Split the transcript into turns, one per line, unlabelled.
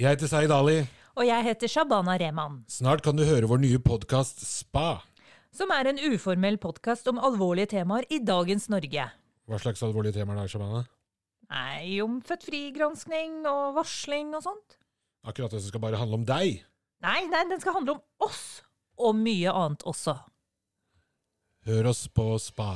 Jeg heter Zaid Ali.
Og jeg heter Shabana Rehman,
Snart kan du høre vår nye podkast Spa.
som er en uformell podkast om alvorlige temaer i dagens Norge.
Hva slags alvorlige temaer er det, Shabana?
Nei, om født fri-granskning og varsling og sånt.
Akkurat det som skal bare handle om deg.
Nei, nei, den skal handle om oss, og mye annet også.
Hør oss på Spa.